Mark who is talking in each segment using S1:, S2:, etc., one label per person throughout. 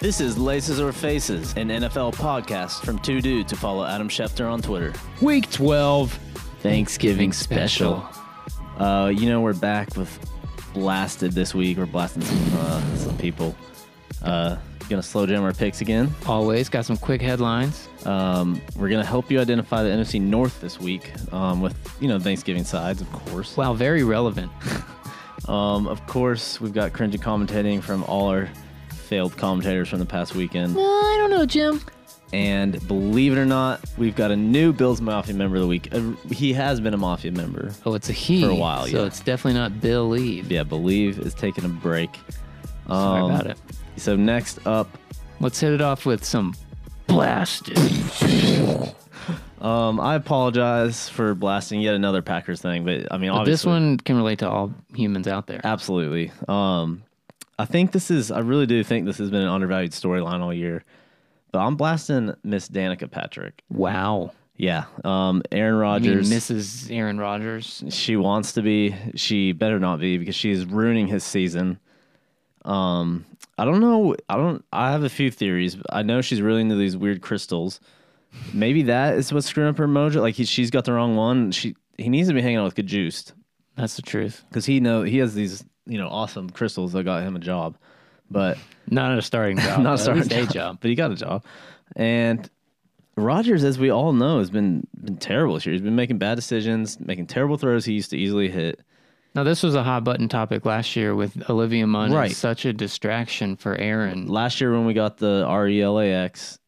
S1: This is Laces or Faces, an NFL podcast from two dudes who follow Adam Schefter on Twitter.
S2: Week 12.
S1: Thanksgiving special. Uh, you know, we're back with Blasted this week. We're blasting some, uh, some people. Uh, gonna slow down our picks again.
S2: Always got some quick headlines.
S1: Um, we're gonna help you identify the NFC North this week um, with, you know, Thanksgiving sides, of course.
S2: Wow, very relevant.
S1: Um, of course, we've got cringy commentating from all our failed commentators from the past weekend.
S2: I don't know, Jim.
S1: And believe it or not, we've got a new Bills Mafia member of the week. Uh, he has been a Mafia member.
S2: Oh, it's a he.
S1: For a while,
S2: So
S1: yeah.
S2: it's definitely not Bill Eve.
S1: Yeah, believe is taking a break. Um,
S2: Sorry about it.
S1: So next up,
S2: Let's hit it off with some blasted.
S1: um, I apologize for blasting yet another Packers thing, but I mean,
S2: But
S1: obviously,
S2: this one can relate to all humans out there.
S1: absolutely. Um, I think this is. I really do think this has been an undervalued storyline all year. But I'm blasting Miss Danica Patrick.
S2: Wow.
S1: Yeah, um, Aaron
S2: I mean,
S1: Rodgers.
S2: Mrs. Aaron Rodgers.
S1: she wants to be. She better not be because she's ruining his season. Um, I don't know. I don't. I have a few theories. but I know she's really into these weird crystals. Maybe that is what's screwing up her mojo. Like he, she's got the wrong one. She he needs to be hanging out with Kajuiced
S2: That's the truth.
S1: because he know he has these you know awesome crystals that got him a job, but
S2: Not a starting
S1: not
S2: job.
S1: a
S2: but at
S1: starting
S2: least a job.
S1: but he got a job. And Rodgers, as we all know, has been been terrible this year. He's been making bad decisions, making terrible throws he used to easily hit.
S2: Now, this was a hot button topic last year with Olivia Munn.
S1: Right.
S2: Such a distraction for Aaron.
S1: last year when we got the E RELAX,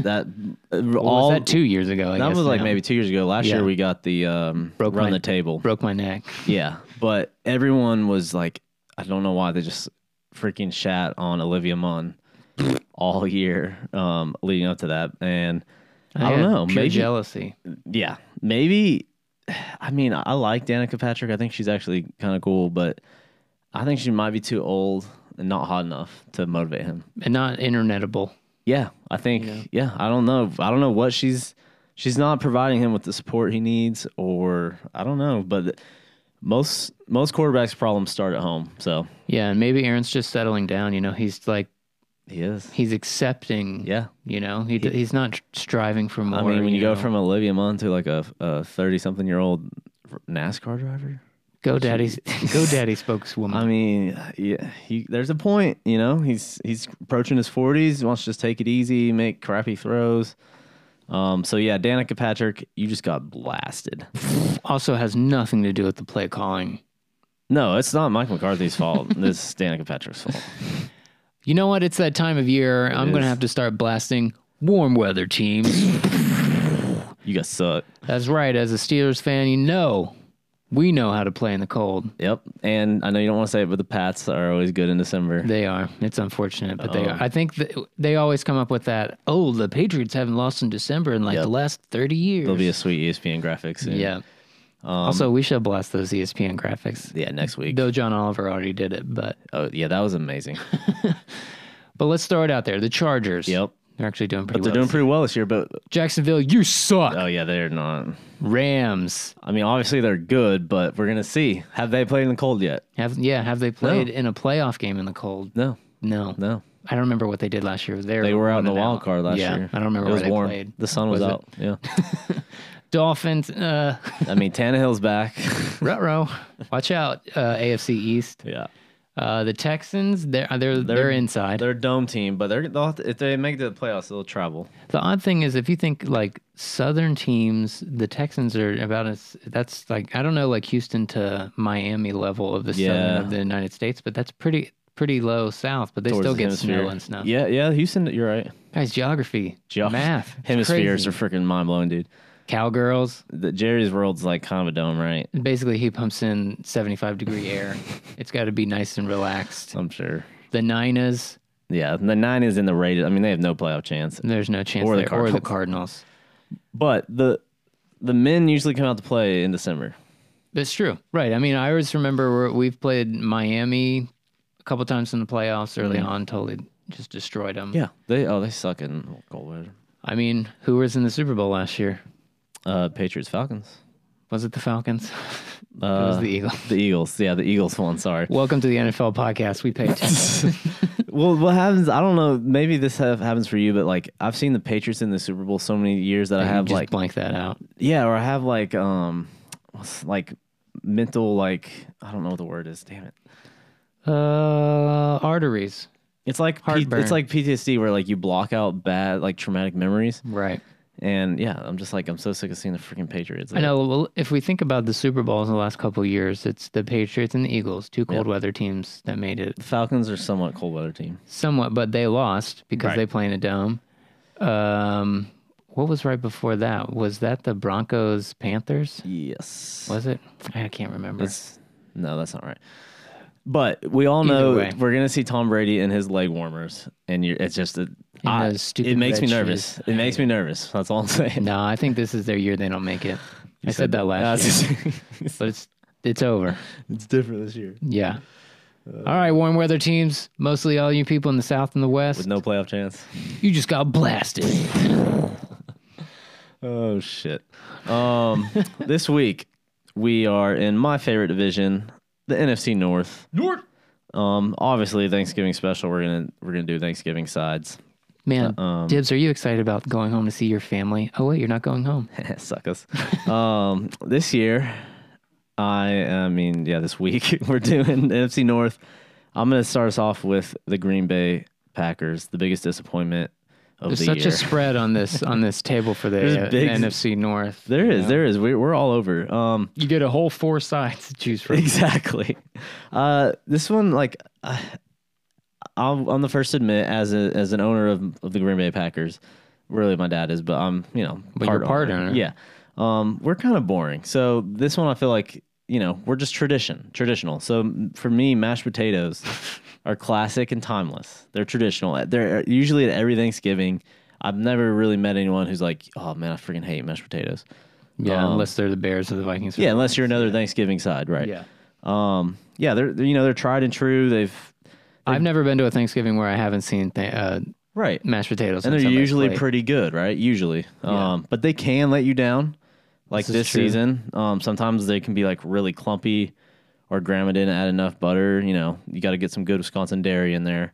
S1: that uh,
S2: All,
S1: all
S2: was that two years ago? I
S1: that
S2: guess
S1: was like
S2: now?
S1: maybe two years ago. Last
S2: Yeah.
S1: year we got the um,
S2: Broke
S1: run
S2: my-
S1: the table.
S2: broke my neck.
S1: Yeah, but everyone was like, I don't know why they just freaking shat on Olivia Munn all year um, leading up to that, and I, don't
S2: had
S1: know.
S2: Pure
S1: Maybe
S2: jealousy.
S1: yeah, maybe. I mean, I like Danica Patrick. I think she's actually kind of cool, but I think she might be too old and not hot enough to motivate him.
S2: and not internetable.
S1: Yeah, I think yeah, I don't know. I don't know what she's she's not providing him with the support he needs or I don't know, but most most quarterbacks problems start at home. So,
S2: Yeah, and maybe Aaron's just settling down. You know, he's like
S1: he is.
S2: he's accepting.
S1: Yeah.
S2: You know, he, he's not tr- striving for more.
S1: I mean, when you go
S2: know.
S1: from Olivia Munn to like a a 30 something year old NASCAR driver,
S2: GoDaddy's GoDaddy spokeswoman.
S1: I mean, yeah, he, there's a point, you know. He's he's approaching his 40s, he wants to just take it easy, make crappy throws. Um, so yeah, Danica Patrick, you just got blasted.
S2: also has nothing to do with the play calling.
S1: No, it's not Mike McCarthy's fault. this is Danica Patrick's fault.
S2: You know what? It's that time of year. I'm gonna
S1: is.
S2: have to start blasting warm weather teams.
S1: You guys suck.
S2: That's right. As a Steelers fan, you know we know how to play in the cold.
S1: Yep. And I know you don't want to say it, but the Pats are always good in December.
S2: They are. It's unfortunate, but they are.
S1: Oh.
S2: I think th- they always come up with that. Oh, the Patriots haven't lost in December in like
S1: Yep.
S2: the last thirty years.
S1: There'll be Um, a sweet E ESPN graphic soon.
S2: Yeah. also, we should blast those E ESPN graphics.
S1: Yeah, next week.
S2: Though John Oliver already did it, but
S1: oh, yeah, that was amazing.
S2: but let's throw it out there. The Chargers.
S1: Yep.
S2: They're actually doing pretty
S1: They're
S2: well.
S1: doing pretty well this year, but
S2: Jacksonville, you suck.
S1: oh, yeah, they're not.
S2: Rams.
S1: I mean, obviously they're good, but we're going to see. Have they played in the cold yet?
S2: Have yeah, have they played in a playoff game in the cold?
S1: No,
S2: No.
S1: no.
S2: I don't remember what they did last year. They,
S1: They were out in the
S2: one and
S1: wild card last
S2: yeah,
S1: year.
S2: I don't remember
S1: It
S2: where
S1: was
S2: they
S1: warm.
S2: played.
S1: The sun was,
S2: Was it?
S1: out. Yeah.
S2: Dolphins, uh
S1: I mean, Tannehill's back.
S2: Ruh-roh. Watch out, uh, AFC East.
S1: yeah.
S2: Uh, the Texans, they're uh, they're they're, inside.
S1: They're a dome team, but they're they'll have to, if they make the playoffs, they'll travel.
S2: The odd thing is, if you think like Southern teams, the Texans are about as that's like I don't know, like Houston to Miami level of the
S1: Yeah.
S2: Southern of the United States, but that's pretty pretty low South. But they
S1: towards
S2: still
S1: the
S2: get
S1: hemisphere.
S2: snow and stuff.
S1: Yeah, yeah, Houston. You're right.
S2: Guys, geography,
S1: Geog-
S2: math, it's
S1: Hemispheres
S2: crazy.
S1: are freaking mind blowing, dude.
S2: cowgirls.
S1: The Jerry's world's like kind of a dome, right?
S2: Basically, he pumps in seventy five degree air. It's got to be nice and relaxed.
S1: I'm sure.
S2: The Niners,
S1: Yeah, the nine is in the Raiders. I mean, they have no playoff chance.
S2: there's no chance
S1: Or the
S2: there. Or the Cardinals.
S1: But the the men usually come out to play in December.
S2: That's true. Right. I mean, I always remember we're, we've played Miami a couple times in the playoffs early on, totally just destroyed them.
S1: Yeah, they oh they suck in cold weather.
S2: I mean, who was in the Super Bowl last year?
S1: Uh, Patriots Falcons.
S2: Was it the Falcons? it was
S1: Uh,
S2: the Eagles.
S1: the Eagles. Yeah, the Eagles won. Sorry.
S2: Welcome to the NFL podcast. We paid.
S1: Well, what happens? I don't know. Maybe this ha- happens for you, but like I've seen the Patriots in the Super Bowl so many years that I have
S2: just
S1: like
S2: blank that out.
S1: yeah, or I have like um, what's like mental like I don't know what the word is. Damn it.
S2: Uh, arteries.
S1: It's like P-
S2: Heartburn.
S1: it's like PTSD where like you block out bad like traumatic memories,
S2: Right.
S1: and yeah, I'm just like I'm so sick of seeing the freaking Patriots.
S2: I know. Well, if we think about the Super Bowls in the last couple of years, it's the Patriots and the Eagles, two cold weather teams that made it
S1: The Falcons are somewhat cold weather team.
S2: somewhat, but they lost because
S1: Right.
S2: they play in a dome. Um, what was right before that? Was that the Broncos Panthers?
S1: Yes.
S2: Was it? I can't remember.
S1: That's no, that's not right. But we all
S2: Either
S1: know
S2: way.
S1: we're gonna see Tom Brady in his leg warmers, and you're, it's just a, I-
S2: those stupid
S1: it makes me
S2: red
S1: nervous.
S2: shoes.
S1: It makes me nervous. That's all I'm saying.
S2: no, I think this is their year. They don't make it. I said, that last year,
S1: it's,
S2: but it's it's over.
S1: it's different this year
S2: Yeah. all right, warm weather teams, mostly all you people in the South and the West,
S1: with no playoff chance.
S2: you just got blasted.
S1: Oh shit! Um, this week we are in my favorite division, the NFC North.
S2: North.
S1: Um, obviously Thanksgiving special. We're gonna we're gonna do Thanksgiving sides.
S2: Man, Dibs, are you excited about going home to see your family? Oh wait, you're not going home.
S1: Suckers. um, this year, I, I mean, yeah, this week we're doing NFC North. I'm going to start us off with the Green Bay Packers, the biggest disappointment of
S2: There's
S1: the
S2: such
S1: year.
S2: a spread on this on this table for
S1: There's
S2: the uh,
S1: big-
S2: NFC North.
S1: there
S2: you
S1: is,
S2: know?
S1: there is. We're, we're all over. Um,
S2: You get a whole four sides to choose from.
S1: exactly. Uh, this one, like, I, I'll, I'm the first to admit, as a, as an owner of, of the Green Bay Packers, really my dad is, but I'm, you know,
S2: But you're part owner.
S1: Yeah. Um, we're kind of boring. So this one, I feel like, you know, we're just tradition, traditional. So m- for me, mashed potatoes are classic and timeless. They're traditional. They're usually at every Thanksgiving. I've never really met anyone who's like, oh man, I freaking hate mashed potatoes.
S2: Yeah,
S1: Um,
S2: unless they're the Bears or the Vikings.
S1: Yeah, unless you're another Thanksgiving side, right?
S2: yeah.
S1: Um, yeah, they're they're, you know they're tried and true. They've
S2: I've never been to a Thanksgiving where I haven't seen th- uh,
S1: right,
S2: mashed potatoes.
S1: and
S2: on
S1: they're
S2: somebody's
S1: usually
S2: plate.
S1: pretty good, right? Usually, um, but they can let you down. Like
S2: This
S1: this,
S2: is true.
S1: season, um, sometimes they can be like really clumpy, or grandma didn't add enough butter. You know, you got to get some good Wisconsin dairy in there.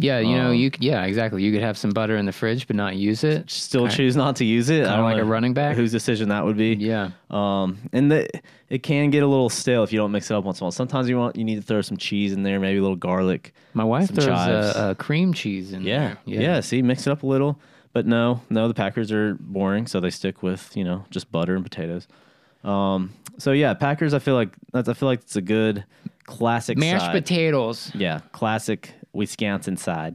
S2: Yeah, you
S1: Oh.
S2: know, you c- yeah, exactly. You could have some butter in the fridge, but not use it.
S1: Still choose not to use it. I
S2: Kinda
S1: don't
S2: like
S1: know
S2: a running back?
S1: Whose decision that would be?
S2: Yeah,
S1: Um, and the, it can get a little stale if you don't mix it up once in a while. Sometimes you want you need to throw some cheese in there, maybe a little garlic.
S2: my wife
S1: Some
S2: throws
S1: chives.
S2: a, a cream cheese in
S1: Yeah.
S2: there.
S1: yeah. See, mix it up a little. But no, no, the Packers are boring, so they stick with, you know, just butter and potatoes. Um, so yeah, Packers I feel like that's I feel like it's a good classic
S2: mashed
S1: side.
S2: potatoes.
S1: Yeah, classic Wisconsin side.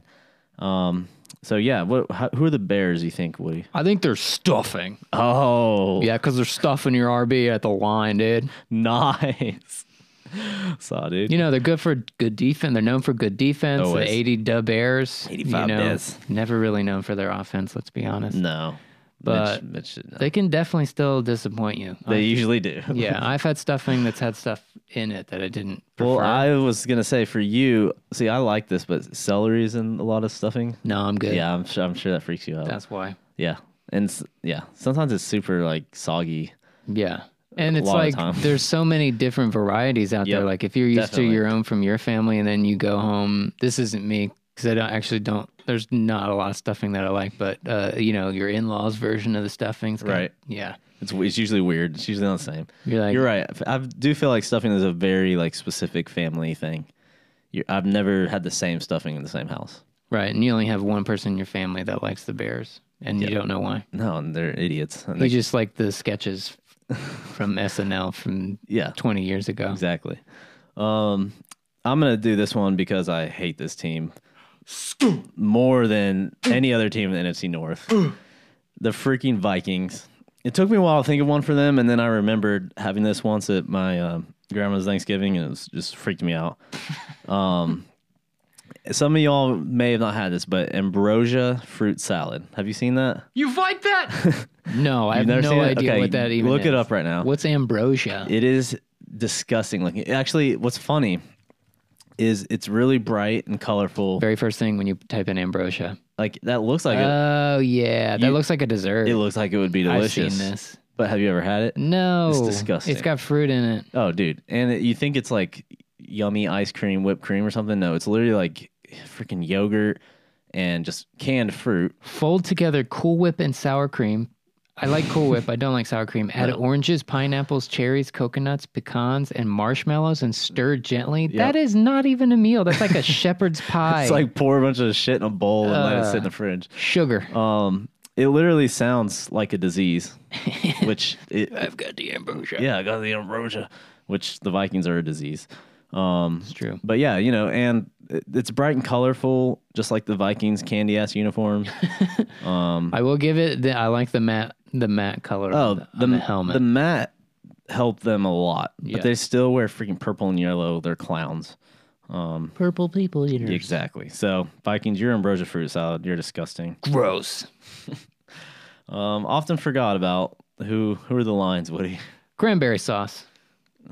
S1: Um, so yeah, what how, who are the Bears you think, Woody?
S2: I think they're stuffing.
S1: Oh,
S2: Yeah, because they're stuffing your RB at the line, dude.
S1: nice. Saw dude.
S2: You know, they're good for good defense. They're known for good defense.
S1: Always.
S2: The 80 dub airs.
S1: 85
S2: you know,
S1: Oh, Bears.
S2: Never really known for their offense, let's be honest.
S1: no.
S2: But-
S1: Mitch, Mitch, no.
S2: They can definitely still disappoint you.
S1: they usually do.
S2: yeah, I've had stuffing that's had stuff in it that I didn't prefer.
S1: Well, I was gonna say for you, see, I like this, but celery's in a lot of stuffing.
S2: no, I'm good.
S1: Yeah, I'm sure, I'm sure that freaks you out.
S2: That's why.
S1: yeah. And s- yeah, sometimes it's super like soggy.
S2: Yeah. And it's
S1: lot
S2: like
S1: of time.
S2: there's so many different varieties out there.
S1: Yep,
S2: Like if you're used
S1: definitely.
S2: to your own from your family, and then you go home, this isn't me because I don't actually don't. There's not a lot of stuffing that I like, but uh, you know your in-laws version of the stuffings, got-
S1: Right.
S2: Yeah,
S1: It's w- it's usually weird. It's usually not the same.
S2: you're like
S1: You're right. I do feel like stuffing is a very like specific family thing. You're, I've never had the same stuffing in the same house.
S2: right, and you only have one person in your family that likes the Bears, and you don't know why.
S1: No, and they're idiots. And
S2: You
S1: they-
S2: just like the sketches from SNL from
S1: yeah,
S2: 20 years ago.
S1: exactly. Um, I'm gonna do this one because I hate this team more than any other team in the NFC North. the freaking Vikings. It took me a while to think of one for them, and then I remembered having this once at my um grandma's Thanksgiving, and it was just freaked me out. Um, some of y'all may have not had this, but ambrosia fruit salad. Have you seen that?
S2: You fight that? no, I have
S1: Never
S2: no
S1: seen it?
S2: idea
S1: Okay,
S2: what that even.
S1: Look it
S2: is.
S1: up right now.
S2: What's ambrosia?
S1: It is disgusting looking. Actually, what's funny is it's really bright and colorful.
S2: Very first thing when you type in ambrosia.
S1: Like that looks like
S2: Oh yeah, that
S1: You-
S2: looks like a dessert.
S1: it, it looks like it would be
S2: I've
S1: delicious.
S2: seen this.
S1: But have you ever had it?
S2: No,
S1: It's disgusting.
S2: It's got fruit in it.
S1: Oh, dude. And it, you think it's like yummy ice cream, whipped cream, or something? No, it's literally like freaking yogurt and just canned fruit.
S2: Fold together Cool Whip and sour cream. I like Cool Whip. I don't like sour cream. Add
S1: No.
S2: oranges, pineapples, cherries, coconuts, pecans, and marshmallows, and stir gently.
S1: Yep.
S2: That is not even a meal. That's like a shepherd's pie.
S1: It's like pour a bunch of shit in a bowl and let it sit in
S2: Uh.
S1: the fridge.
S2: sugar.
S1: Um, it literally sounds like a disease, which it,
S2: I've got the ambrosia.
S1: yeah, I got the ambrosia, which the Vikings are a disease. Um,
S2: it's true.
S1: But yeah, you know, and it- it's bright and colorful, just like the Vikings' candy ass uniform.
S2: I will give it. The, I like the matte, the matte color.
S1: Oh,
S2: on the, on the helmet.
S1: The mat helped them a lot,
S2: Yeah.
S1: but they still wear freaking purple and yellow. They're clowns.
S2: purple people eaters.
S1: Exactly. So Vikings, your ambrosia fruit salad, you're disgusting.
S2: Gross.
S1: Um, often forgot about who who are the lines, Woody.
S2: Cranberry sauce.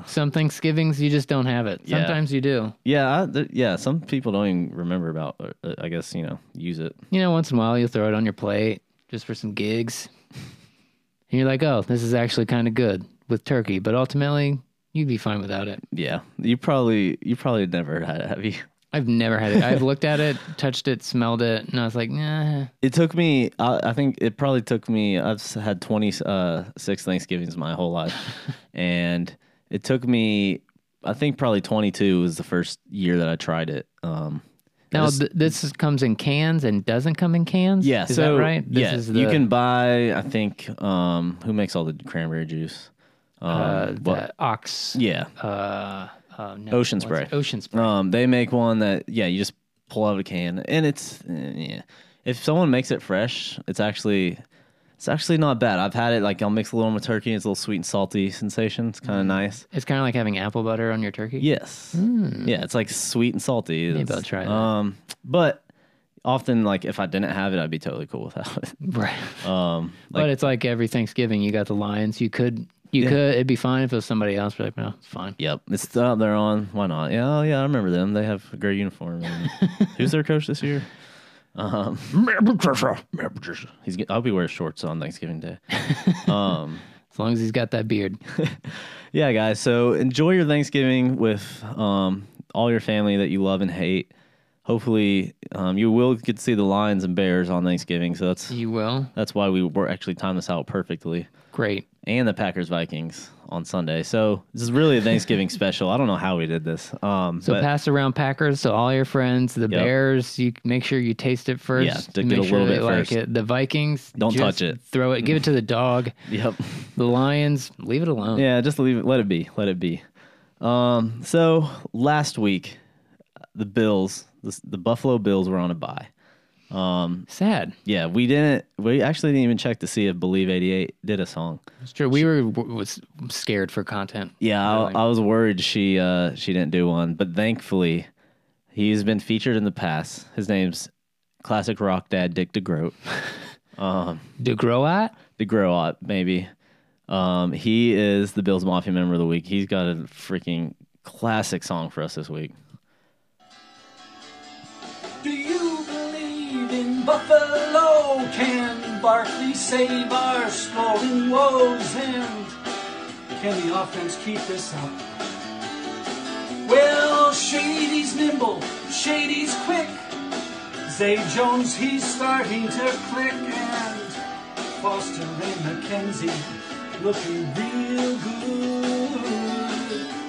S2: Some Thanksgivings you just don't have it.
S1: Yeah.
S2: Sometimes you do.
S1: Yeah, I, th- yeah. Some people don't even remember about. Or, uh, I guess you know, use it.
S2: You know, once in a while you'll throw it on your plate just for some gigs. And you're like, oh, this is actually kind of good with turkey, but ultimately you'd be fine without it.
S1: Yeah, you probably you probably never had it, have you?
S2: I've never had it. I've looked at it, touched it, smelled it, and I was like, nah.
S1: It took me. I, I think it probably took me. I've s- had twenty uh, six Thanksgivings my whole life, and it took me. I think probably twenty two was the first year that I tried it. Um,
S2: Now
S1: This-
S2: th- this is, comes in cans and doesn't come in cans.
S1: yeah,
S2: is
S1: so
S2: that right? This
S1: yeah,
S2: is
S1: you
S2: the-
S1: can buy. I think um, who makes all the cranberry juice? Um,
S2: uh,
S1: what-
S2: the ox.
S1: yeah,
S2: Uh, uh, no,
S1: Ocean
S2: what's it?
S1: spray.
S2: Ocean spray.
S1: Um, they make one that yeah, you just pull out a can, and it's eh, yeah. If someone makes it fresh, it's actually it's actually not bad. I've had it like I'll mix a little with turkey. It's a little sweet and salty sensation. It's
S2: Mm.
S1: kind of nice.
S2: It's kind of like having apple butter on your turkey.
S1: Yes, yeah, it's like sweet and salty.
S2: Mm. Maybe
S1: It's-
S2: I'll try that.
S1: Um, but often like if I didn't have it, I'd be totally cool without it.
S2: Right.
S1: Um,
S2: but
S1: like
S2: it's like every Thanksgiving, you got the lions. You could, you
S1: Yeah.
S2: could. It'd be fine if it was somebody else. But like, no, it's fine.
S1: yep, it's the out there on. Why not? Yeah, oh, yeah, I remember them. They have a great uniform. And who's their coach this year? Um, He's. g- I'll be wearing shorts on Thanksgiving Day. Um,
S2: As long as he's got that beard.
S1: yeah, guys. So enjoy your Thanksgiving with um, all your family that you love and hate. Hopefully, um, you will get to see the lions and bears on Thanksgiving. So that's
S2: You will.
S1: that's why we were actually timed this out perfectly.
S2: Great.
S1: And the Packers Vikings on Sunday. So this is really a Thanksgiving special. I don't know how we did this. Um,
S2: So
S1: but
S2: pass around Packers to all your friends. The Bears, you make sure you taste it first.
S1: Yeah, to
S2: You
S1: get
S2: make
S1: a
S2: sure
S1: little
S2: they
S1: bit
S2: like
S1: first.
S2: it. The Vikings,
S1: Don't
S2: just
S1: touch it.
S2: Throw it. Give it to the dog.
S1: yep.
S2: The Lions, leave it alone.
S1: Yeah, just leave it. Let it be. Let it be. Um, so last week, the Bills, the, the Buffalo Bills were on a bye.
S2: Sad.
S1: Yeah, we didn't. We actually didn't even check to see if Believe eighty eight did a song.
S2: It's true. We were w- was scared for content.
S1: Yeah,
S2: Really?
S1: I, I was worried she uh, she didn't do one, but thankfully, he's been featured in the past. His name's classic rock dad Dick DeGroat.
S2: De Groat?
S1: the grow up maybe. Um, he is the Bills Mafia member of the week. He's got a freaking classic song for us this week.
S3: Do you believe in Buffalo? Can Barkley save our scoring woes? And can the offense keep this up? Well, Shady's nimble, Shady's quick. Zay Jones, he's starting to click. And Foster and McKenzie looking real good.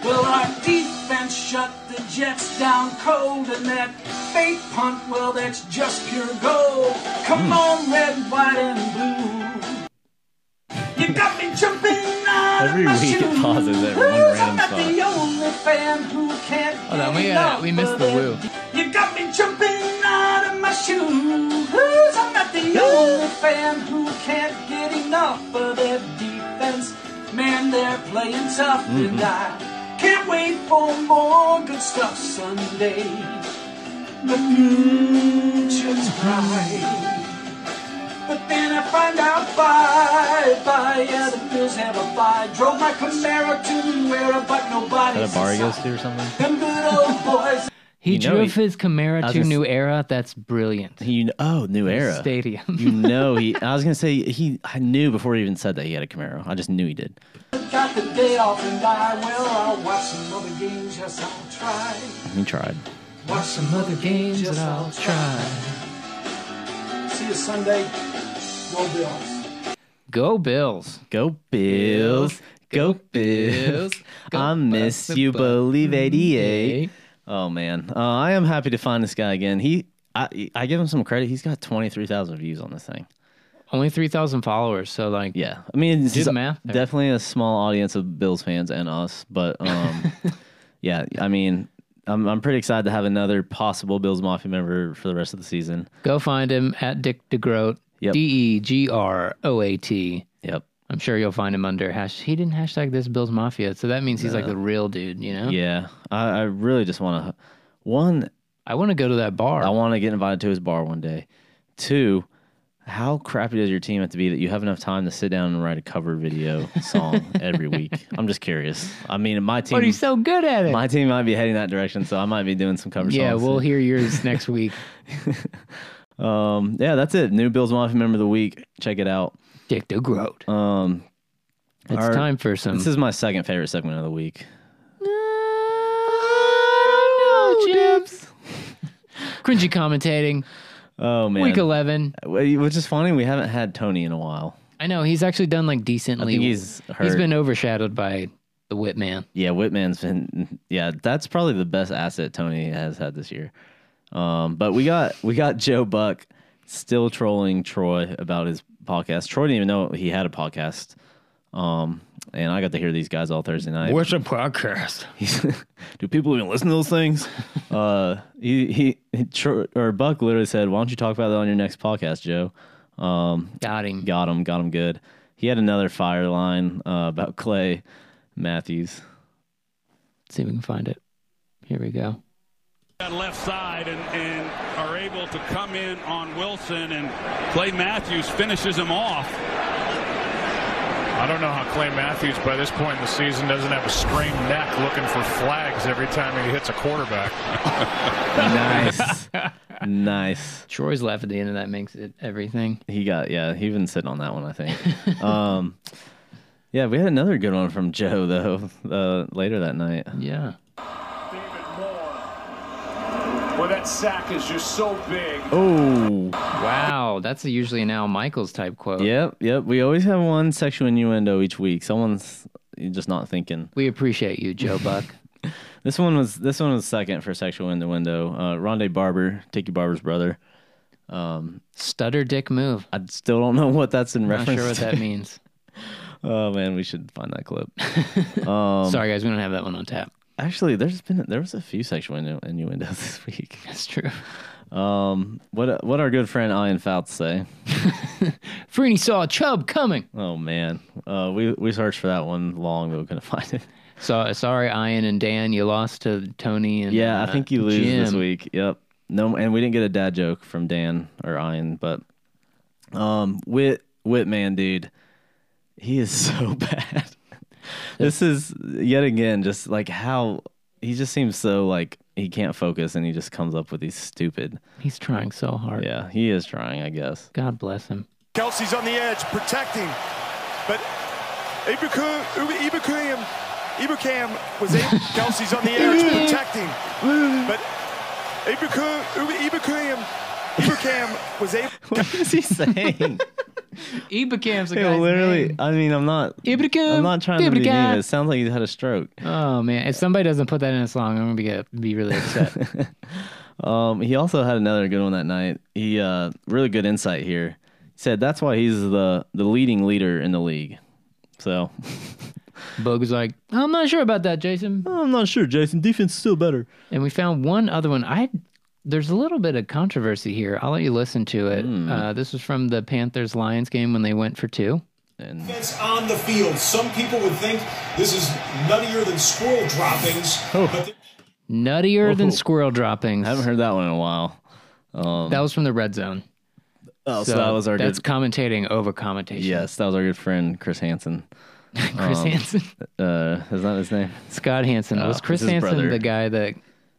S3: Well, our defense shut the Jets down cold, and that fake punt, well, that's just pure gold. Come
S1: Hmm.
S3: on, red, white, and blue. You got me jumping out
S1: Every
S3: of my
S1: week it
S3: shoes.
S1: pauses at one
S3: Who's-
S1: random
S3: I'm not
S1: spot.
S3: the only fan who can't
S2: Hold on,
S3: get
S2: we, uh,
S3: enough
S2: we missed
S3: of
S2: the
S3: it.
S2: woo.
S3: You got me jumping out of my shoes. I'm not the only fan who can't get enough of their defense. Man, they're playing tough, and
S2: Mm-hmm.
S3: I can't wait for more good stuff Sunday. The future's bright. But then I find out bye, bye, yeah, the Bills have a bye. Drove my Camaro to where, but
S1: Is
S3: nobody's
S1: that a bar he
S3: inside.
S1: goes to or something?
S3: Them good old boys
S2: He
S1: You know
S2: drove
S1: he-
S2: his Camaro
S1: was
S2: to
S1: gonna
S2: New Era. That's brilliant.
S1: He oh, new era.
S2: Stadium.
S1: You know he. I was gonna say he. I knew before he even said that he had a Camaro. I just knew he did.
S3: Got the day off and I will. I'll watch some other games. Yes, I'll try.
S1: He tried.
S3: Watch some
S2: Other games that I'll try.
S3: See you Sunday. Go
S2: Go
S3: Bills.
S2: Bills.
S1: Go Bills. Go Bills.
S2: Go Mm-hmm.
S1: I miss
S2: Buffalo
S1: you, believe 88.
S2: Bills.
S1: Oh, man. Uh, I am happy to find this guy again. He, I, I give him some credit. He's got 23,000 views on this thing.
S2: Only 3,000 followers. So, like,
S1: Yeah. I mean, it's
S2: Do the
S1: just
S2: math there.
S1: definitely a small audience of Bills fans and us. But um, yeah, I mean, I'm, I'm pretty excited to have another possible Bills Mafia member for the rest of the season.
S2: go find him at Dick DeGroat.
S1: Yep.
S2: D E G R O A T.
S1: Yep.
S2: I'm sure you'll find him under hash. He didn't hashtag this Bills Mafia. So that means he's like the real dude, you know?
S1: Uh, Yeah. I, I really just want to, one,
S2: I want to go to that bar.
S1: I want to get invited to his bar one day. Two, how crappy does your team have to be that you have enough time to sit down and write a cover video song every week? I'm just curious. I mean, my team,
S2: but he's so good at it.
S1: my team might be heading that direction, so I might be doing some cover
S2: yeah,
S1: songs.
S2: we'll
S1: soon.
S2: hear yours next week.
S1: um, yeah, that's it. New Bills Mafia member of the week. Check it out.
S2: Dick DeGroat.
S1: Um,
S2: it's
S1: our-
S2: time for some.
S1: this is my second favorite segment of the week.
S2: Chips. Cringy commentating.
S1: Oh man,
S2: Week 11.
S1: Wh- which is funny. We haven't had Tony in a while.
S2: I know he's actually done like decently.
S1: think he's
S2: he's
S1: hurt.
S2: been overshadowed by the Whitman.
S1: Yeah, Whitman's been. Yeah, that's probably the best asset Tony has had this year. Um, but we got we got Joe Buck still trolling Troy about his podcast. Troy didn't even know he had a podcast. Um, and I got to hear these guys all Thursday night.
S2: a podcast?
S1: Do people even listen to those things? uh, he he Troy, or Buck literally said, "Why don't you talk about that on your next podcast, Joe?" Um,
S2: Got him.
S1: got him, got him good. He had another fire line uh, about Clay Matthews.
S2: see if we can find it. Here we go.
S4: that left side and, and are able to come in on Wilson and Clay Matthews finishes him off.
S5: I don't know how Clay Matthews, by this point in the season, doesn't have a strained neck looking for flags every time he hits a quarterback.
S1: nice. nice.
S2: Troy's laugh at the end of that makes it everything.
S1: He got yeah, he been sitting on that one, I think. um Yeah, we had another good one from Joe though, uh, later that night.
S2: Yeah.
S6: David Moore. Well, that sack is just so big.
S1: Oh.
S2: Wow, that's a usually an Al Michaels type quote.
S1: Yep, yep. We always have one sexual innuendo each week. Someone's just not thinking.
S2: We appreciate you, Joe Buck.
S1: This one was this one was second for sexual innuendo. Uh Rondé Barber, Tiki Barber's brother.
S2: Stutter dick move.
S1: I still don't know what that's in
S2: Not
S1: reference
S2: sure what
S1: to.
S2: that means.
S1: Oh man, we should find that clip. Um,
S2: Sorry guys, we don't have that one on tap.
S1: Actually, there's been there was a few sexual innu- innuendos this week.
S2: That's true.
S1: Um, what what our good friend Ian Fouts say?
S2: Freeney saw Chubb coming.
S1: Oh man, uh, we we searched for that one long, but we couldn't find it.
S2: So sorry, Ian and Dan, you lost to Tony and
S1: Yeah, I
S2: uh,
S1: think you lose this
S2: Jim.
S1: week. Yep. No, and we didn't get a dad joke from Dan or Ian, but um, Whit Whitman, dude, he is so bad. this is yet again just like how he just seems so like he can't focus, and he just comes up with these stupid.
S2: He's trying so hard.
S1: Yeah, he is trying, I guess.
S2: God bless him.
S7: Kelsey's on the edge, protecting, but Ibuku- Ibukam Ibukam was able. Kelsey's on the edge, protecting, but Ibuku- Ibukam Ibukam was able.
S1: What is he saying?
S2: Ibacam's a
S1: Dude, literally, uh, I mean, I'm not.
S2: Ibakam,
S1: I'm not trying to be
S2: Ibakam.
S1: mean. It sounds like he's had a stroke.
S2: Oh man, if somebody doesn't put that in a song, I'm gonna be gonna be really upset.
S1: Um, he also had another good one that night. He uh, really good insight here. He said that's why he's the the leading leader in the league. So
S2: Boog was like, I'm not sure about that, Jason.
S1: I'm not sure, Jason. Defense is still better.
S2: And we found one other one. I there's a little bit of controversy here. I'll let you listen to it.
S1: Hmm.
S2: Uh, this was from the Panthers Lions game when they went for two.
S1: And
S8: defense on the field. Some people would think this is nuttier than squirrel droppings, but th-
S2: Nuttier than
S1: Oh.
S2: squirrel droppings.
S1: I haven't heard that one in a while.
S2: That was from the red zone.
S1: Oh, so, that was our
S2: that's
S1: good.
S2: commentating over commentation.
S1: Yes, that was our good friend Chris Hansen.
S2: Chris Hansen.
S1: Uh-huh. Uh, is that his name?
S2: Scott Hansen. was
S1: Oh,
S2: Chris
S1: this is
S2: Hansen
S1: brother.
S2: the guy that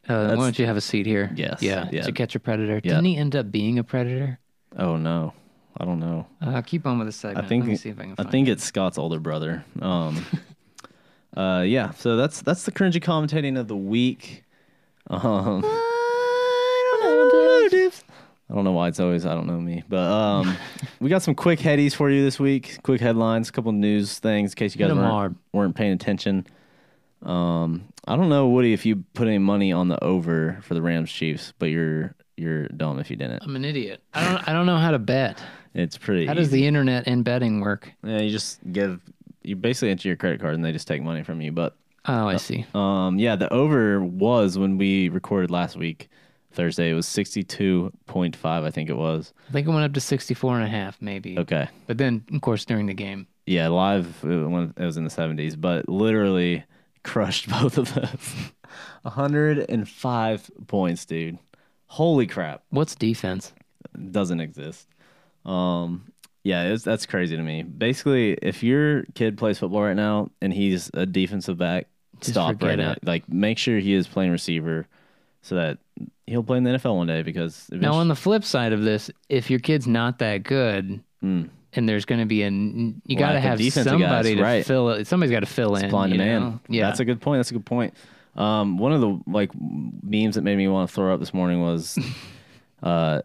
S2: Uh, why don't you have a seat here?
S1: Yes,
S2: Yeah.
S1: yeah.
S2: To catch a predator.
S1: Yeah.
S2: Didn't he end up being a predator?
S1: Oh no, I don't know.
S2: Uh, keep on with the segment.
S1: I think
S2: Let me see if I can. Find
S1: think
S2: it.
S1: it's Scott's older brother. Um, uh, yeah. So that's that's the cringy commentating of the week. Um, I don't know why it's always I don't know me, but um, we got some quick headies for you this week. Quick headlines, a couple news things in case you
S2: Hit
S1: guys
S2: 'em
S1: weren't,
S2: hard.
S1: weren't paying attention. Um, I don't know Woody if you put any money on the over for the Rams Chiefs, but you're you're dumb if you didn't.
S2: I'm an idiot. I don't. I don't know how to bet.
S1: It's pretty.
S2: How does
S1: easy.
S2: the internet and betting work?
S1: Yeah, you just give you basically enter your credit card and they just take money from you. But
S2: Oh, I see.
S1: um, yeah, the over was when we recorded last week Thursday. It was sixty two point five, I think it was.
S2: I think it went up to 64 and a half, maybe.
S1: Okay,
S2: But then, of course, during the game,
S1: yeah, live uh, when it was in the seventies, but literally crushed both of those. hundred and five points, dude. Holy crap!
S2: what's defense?
S1: doesn't exist. Um, yeah, it's, that's crazy to me. Basically, if your kid plays football right now and he's a defensive back,
S2: Just
S1: stop right
S2: forget
S1: now.
S2: it.
S1: Like, make sure he is playing receiver so that he'll play in the NFL one day because
S2: Now, on
S1: eventually,
S2: the flip side of this, if your kid's not that good, and there's going to be an you got to
S1: Lack of
S2: have
S1: Hmm. defensive
S2: somebody
S1: guys,
S2: to
S1: right.
S2: fill it. Somebody's got to fill in.
S1: blind
S2: you
S1: man.
S2: know? Yeah,
S1: that's a good point. That's a good point. Um, one of the like memes that made me want to throw up this morning was, uh,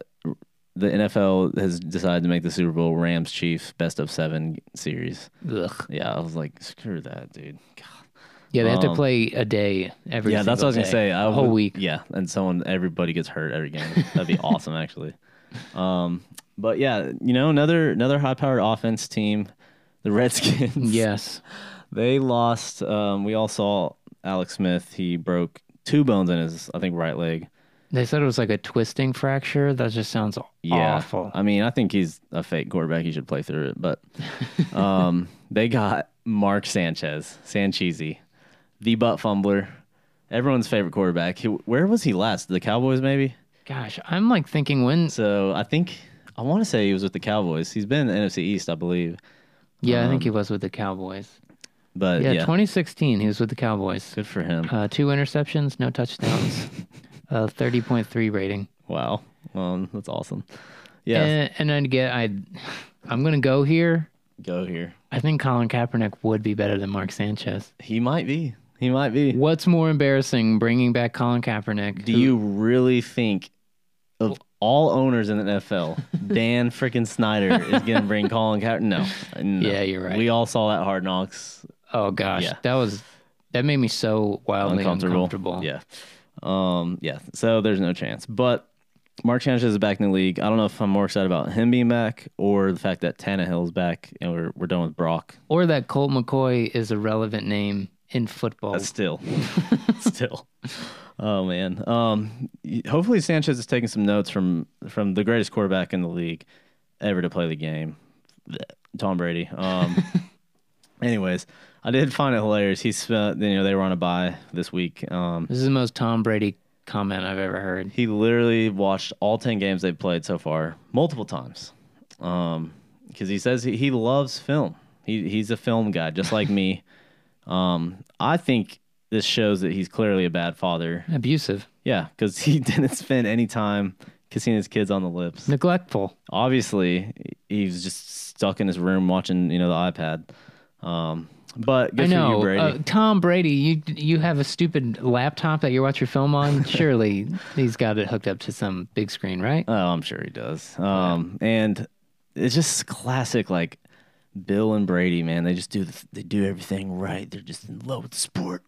S1: the NFL has decided to make the Super Bowl Rams Chiefs best of seven series.
S2: Ugh.
S1: Yeah, I was like, screw that, dude.
S2: yeah. They have to
S1: Um,
S2: play a day every.
S1: Yeah, that's what I was gonna
S2: single
S1: say.
S2: day,
S1: I
S2: A whole
S1: would-
S2: week.
S1: Yeah, and someone, everybody gets hurt every game. That'd be awesome, actually. Um, but yeah, you know, another another high powered offense team, the Redskins.
S2: Yes.
S1: they lost. Um, we all saw Alex Smith. He broke two bones in his, I think, right leg.
S2: They said it was like a twisting fracture. That just sounds
S1: Yeah,
S2: awful.
S1: I mean, I think he's a fake quarterback. He should play through it. But um, they got Mark Sanchez, Sanchezi, the butt fumbler. Everyone's favorite quarterback. He, where was he last? The Cowboys, maybe.
S2: Gosh, I'm like thinking when.
S1: So I think I want to say he was with the Cowboys. He's been in the NFC East, I believe.
S2: Yeah, I think he was with the Cowboys.
S1: But
S2: Yeah,
S1: yeah,
S2: 2016, he was with the Cowboys.
S1: good for him.
S2: Uh, two interceptions, no touchdowns, uh, 30.3 rating. Eh,
S1: Wow, um, that's awesome. Yeah,
S2: And, and I'd get, I, I'm going to go here.
S1: go here.
S2: I think Colin Kaepernick would be better than Mark Sanchez.
S1: He might be. He might be.
S2: What's more embarrassing, bringing back Colin Kaepernick?
S1: Do
S2: who-
S1: you really think of all owners in the NFL, Dan freaking Snyder is going to bring Colin Kaepernick? No, no.
S2: Yeah, you're right.
S1: We all saw that Hard Knocks
S2: Oh gosh,
S1: Yeah.
S2: that was that made me so wildly
S1: uncomfortable.
S2: uncomfortable.
S1: Yeah. Um, yeah. So there's no chance. But Mark Sanchez is back in the league. I don't know if I'm more excited about him being back or the fact that Tannehill's back and we're we're done with Brock.
S2: Or that Colt McCoy is a relevant name in football.
S1: But still. still. Oh man. Um y- hopefully Sanchez is taking some notes from from the greatest quarterback in the league ever to play the game. Tom Brady. Um anyways, I did find it hilarious. He spent you know, they were on a bye this week. Um
S2: this is the most Tom Brady comment I've ever heard.
S1: He literally watched all 10 games they've played so far multiple times. Um, because he says he, he loves film. He, he's a film guy, just like me. Um, I think this shows that he's clearly a bad father.
S2: Abusive,
S1: Yeah, because he didn't spend any time kissing his kids on the lips.
S2: neglectful.
S1: Obviously, he was just stuck in his room watching, you know, the iPad. Um, but good
S2: I know,
S1: for you, Brady.
S2: Uh, Tom Brady. You you have a stupid laptop that you watch your film on. Surely he's got it hooked up to some big screen, right?
S1: Oh, I'm sure he does. Um, and it's just classic, like Bill and Brady, man. They just do the, they do everything right. They're just in love with the sport.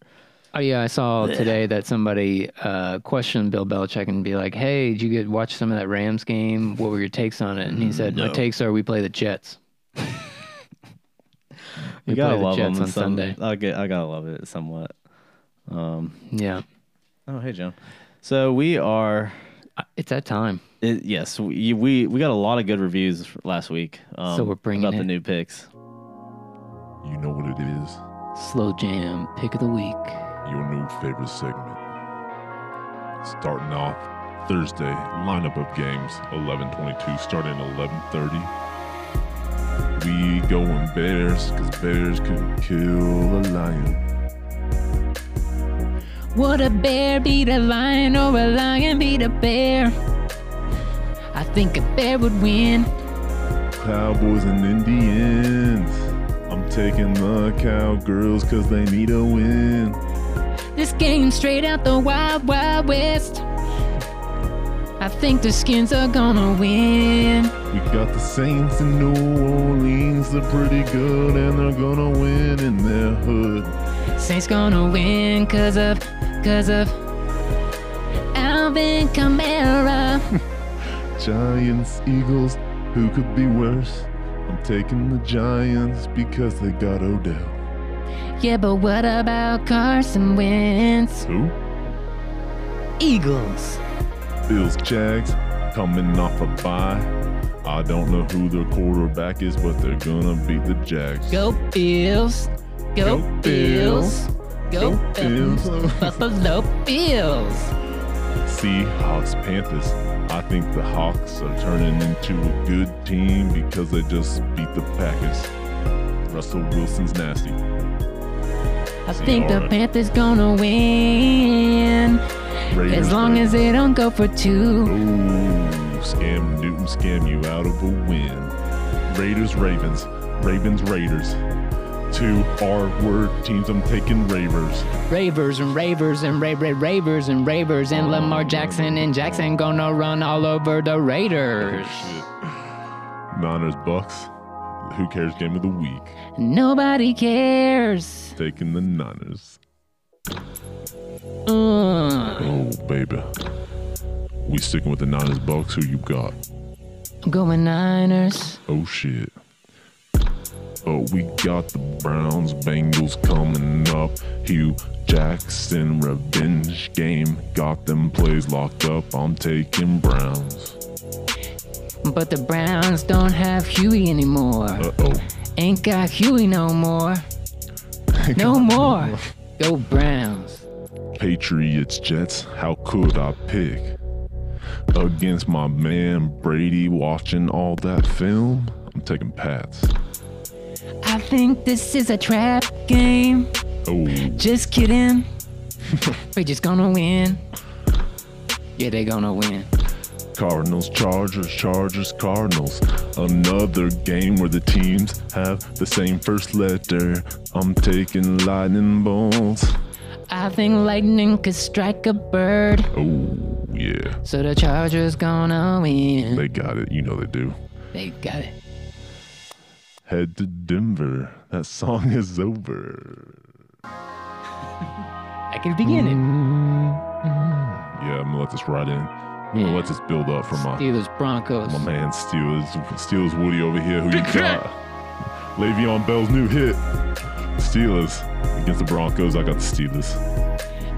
S2: Oh yeah, I saw today that somebody uh, questioned Bill Belichick and be like, "Hey, did you get watch some of that Rams game? What were your takes on it?"
S1: Mm,
S2: And he said, "My takes are we play the Jets." we
S1: You gotta
S2: play the
S1: love
S2: Jets
S1: them
S2: on
S1: some-
S2: Sunday.
S1: I get, I gotta love it somewhat.
S2: Yeah,
S1: Oh, hey, John. So we are.
S2: it's that time.
S1: It, yes, we, we we got a lot of good reviews last week. Um,
S2: So we're bringing
S1: about the
S2: it.
S1: new picks.
S9: You know what it is.
S2: Slow jam pick of the week.
S9: Your new favorite segment. Starting off Thursday, lineup of games 11:22 starting at 11:30. We going bears because bears can kill a lion.
S10: Would a bear beat a lion or a lion beat a bear? I think a bear would win.
S9: Cowboys and Indians. I'm taking the cowgirls because they need a win.
S10: This game straight out the wild, wild west. I think the skins are gonna win.
S9: We got the Saints in New Orleans. They're pretty good and they're gonna win in their hood.
S10: Saints gonna win cause of, cause of Alvin Kamara.
S9: Giants, Eagles, who could be worse? I'm taking the Giants because they got Odell.
S10: yeah, but what about Carson Wentz?
S9: Who?
S10: Eagles.
S9: Bills, Jags, coming off a bye. I don't know who their quarterback is, but they're gonna beat the Jags.
S10: Go Bills.
S9: Go
S10: Go, Bills.
S9: Bills.
S10: Go,
S9: Go
S10: Bills.
S9: Bills.
S10: Buffalo Bills.
S9: Seahawks, Panthers. I think the Hawks are turning into a good team because they just beat the Packers. Russell Wilson's nasty.
S10: I think the
S9: Seahawks.
S10: Panthers gonna win.
S9: Raiders,
S10: As long as they don't go for two.
S9: Ooh, Scam Newton scam you out of a win. Raiders, Ravens, Ravens, Raiders. Two R-word teams. I'm taking Ravers.
S10: Ravers and ravers and rave rave ravers and ravers and Lamar Jackson and Jackson gonna run all over the Raiders.
S9: Niners, Bucks. Who cares? Game of the week.
S10: Nobody cares.
S9: Taking the Niners.
S10: Uh,
S9: Oh baby, we sticking with the Niners, Bucks. Who you got?
S10: I'm going Niners.
S9: Oh shit. Oh, we got the Browns Bengals coming up. Hugh Jackson revenge game. Got them plays locked up. I'm taking Browns.
S10: But the Browns don't have Huey anymore.
S9: Uh oh.
S10: Ain't got Huey no more. No more. Go Browns.
S9: Patriots Jets. How could I pick? Against my man Brady watching all that film. I'm taking Pats.
S10: I think this is a trap game.
S9: Oh,
S10: Just kidding. we just gonna win. Yeah, they gonna win.
S9: Cardinals, Chargers, Chargers, Cardinals. Another game where the teams have the same first letter. I'm taking lightning bolts.
S10: I think lightning could strike a bird.
S9: Oh, yeah.
S10: So the Chargers gonna win.
S9: They got it. You know they do.
S10: They got it.
S9: Head to Denver. That song is over.
S10: I can begin it.
S9: Yeah, I'm gonna let this ride in. I'm gonna let this build up for my,
S2: Steelers Broncos.
S9: my man Steelers, Steelers Woody over here. Who you got? Le'Veon Bell's new hit. Steelers against the Broncos. I got the Steelers.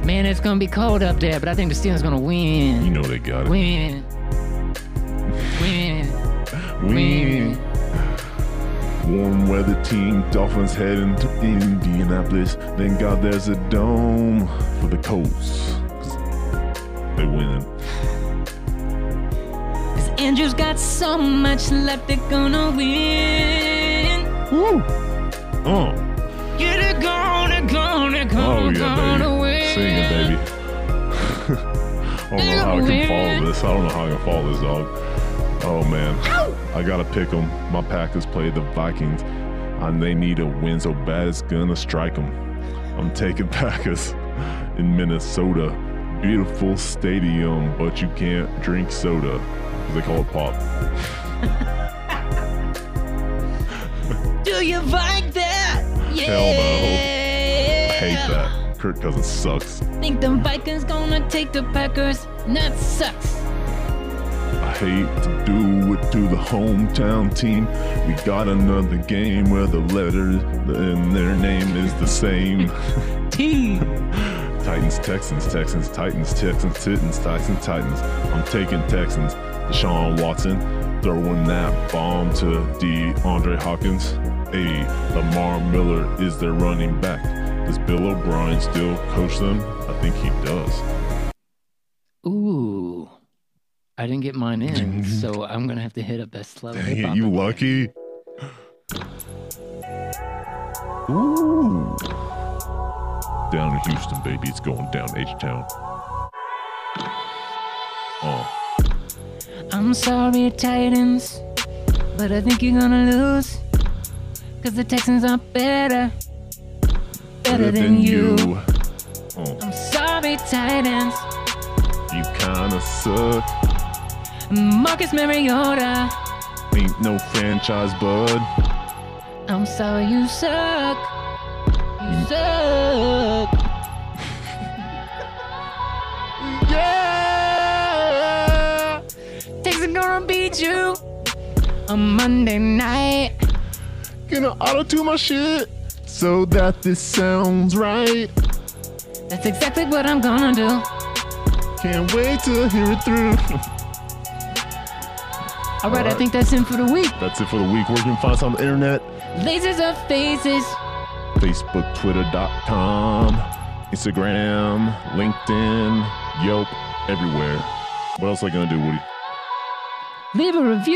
S10: Man, it's gonna be cold up there, but I think the Steelers gonna
S9: You
S10: win.
S9: know they got it.
S10: Win. Win.
S9: We Warm weather team, Dolphins heading to Indianapolis. Thank God there's a dome for the Colts. 'Cause They winning.
S10: Cause Andrew's got so much left, they're gonna win.
S9: Woo! Oh,
S10: Yeah, they're gonna, gonna, gonna,
S9: oh yeah,
S10: gonna
S9: baby.
S10: win.
S9: Sing it, baby. I don't know how I can follow this. I don't know how I can follow this, dog. Oh man, I gotta pick 'em. My Packers play the Vikings, and they need a win so bad it's gonna strike 'em. I'm taking Packers in Minnesota. Beautiful stadium, but you can't drink soda 'cause they call it pop.
S10: Do you like that? Yeah.
S9: Hell no. I hate that. Kirk Cousins sucks.
S10: Think the Vikings gonna take the Packers? That sucks.
S9: I hate to do it to the hometown team. We got another game where the letter in their name is the same.
S10: T.
S9: Titans, Texans, Texans, Titans, Texans, Titans, Titans, Titans. I'm taking Texans. Deshaun Watson throwing that bomb to DeAndre Hopkins. Hey, Lamar Miller is their running back. Does Bill O'Brien still coach them? I think he does.
S2: Ooh. I didn't get mine in, so I'm gonna have to hit up that slow
S9: Dang
S2: hip-hop
S9: it, you
S2: again.
S9: lucky. Ooh. down in Houston, baby. It's going down H Town. Oh,
S10: I'm sorry, Titans, but I think you're gonna lose. Cause the Texans are better, better than you.
S9: Oh,
S10: I'm sorry, Titans,
S9: you kinda suck.
S10: Marcus Mariota.
S9: Ain't no franchise, bud.
S10: I'm sorry, you suck. You suck. yeah. Texans gonna beat you on Monday night.
S9: Gonna auto tune my shit so that this sounds right.
S10: That's exactly what I'm gonna do.
S9: Can't wait to hear it through.
S10: All right, I
S9: Alright.
S10: think that's it for the week.
S9: That's it for the week. Where can you find us on the internet?
S10: Lasers of faces.
S9: Facebook, Twitter.com, Instagram, LinkedIn, Yelp, everywhere. What else are I gonna do, Woody?
S10: Leave a review.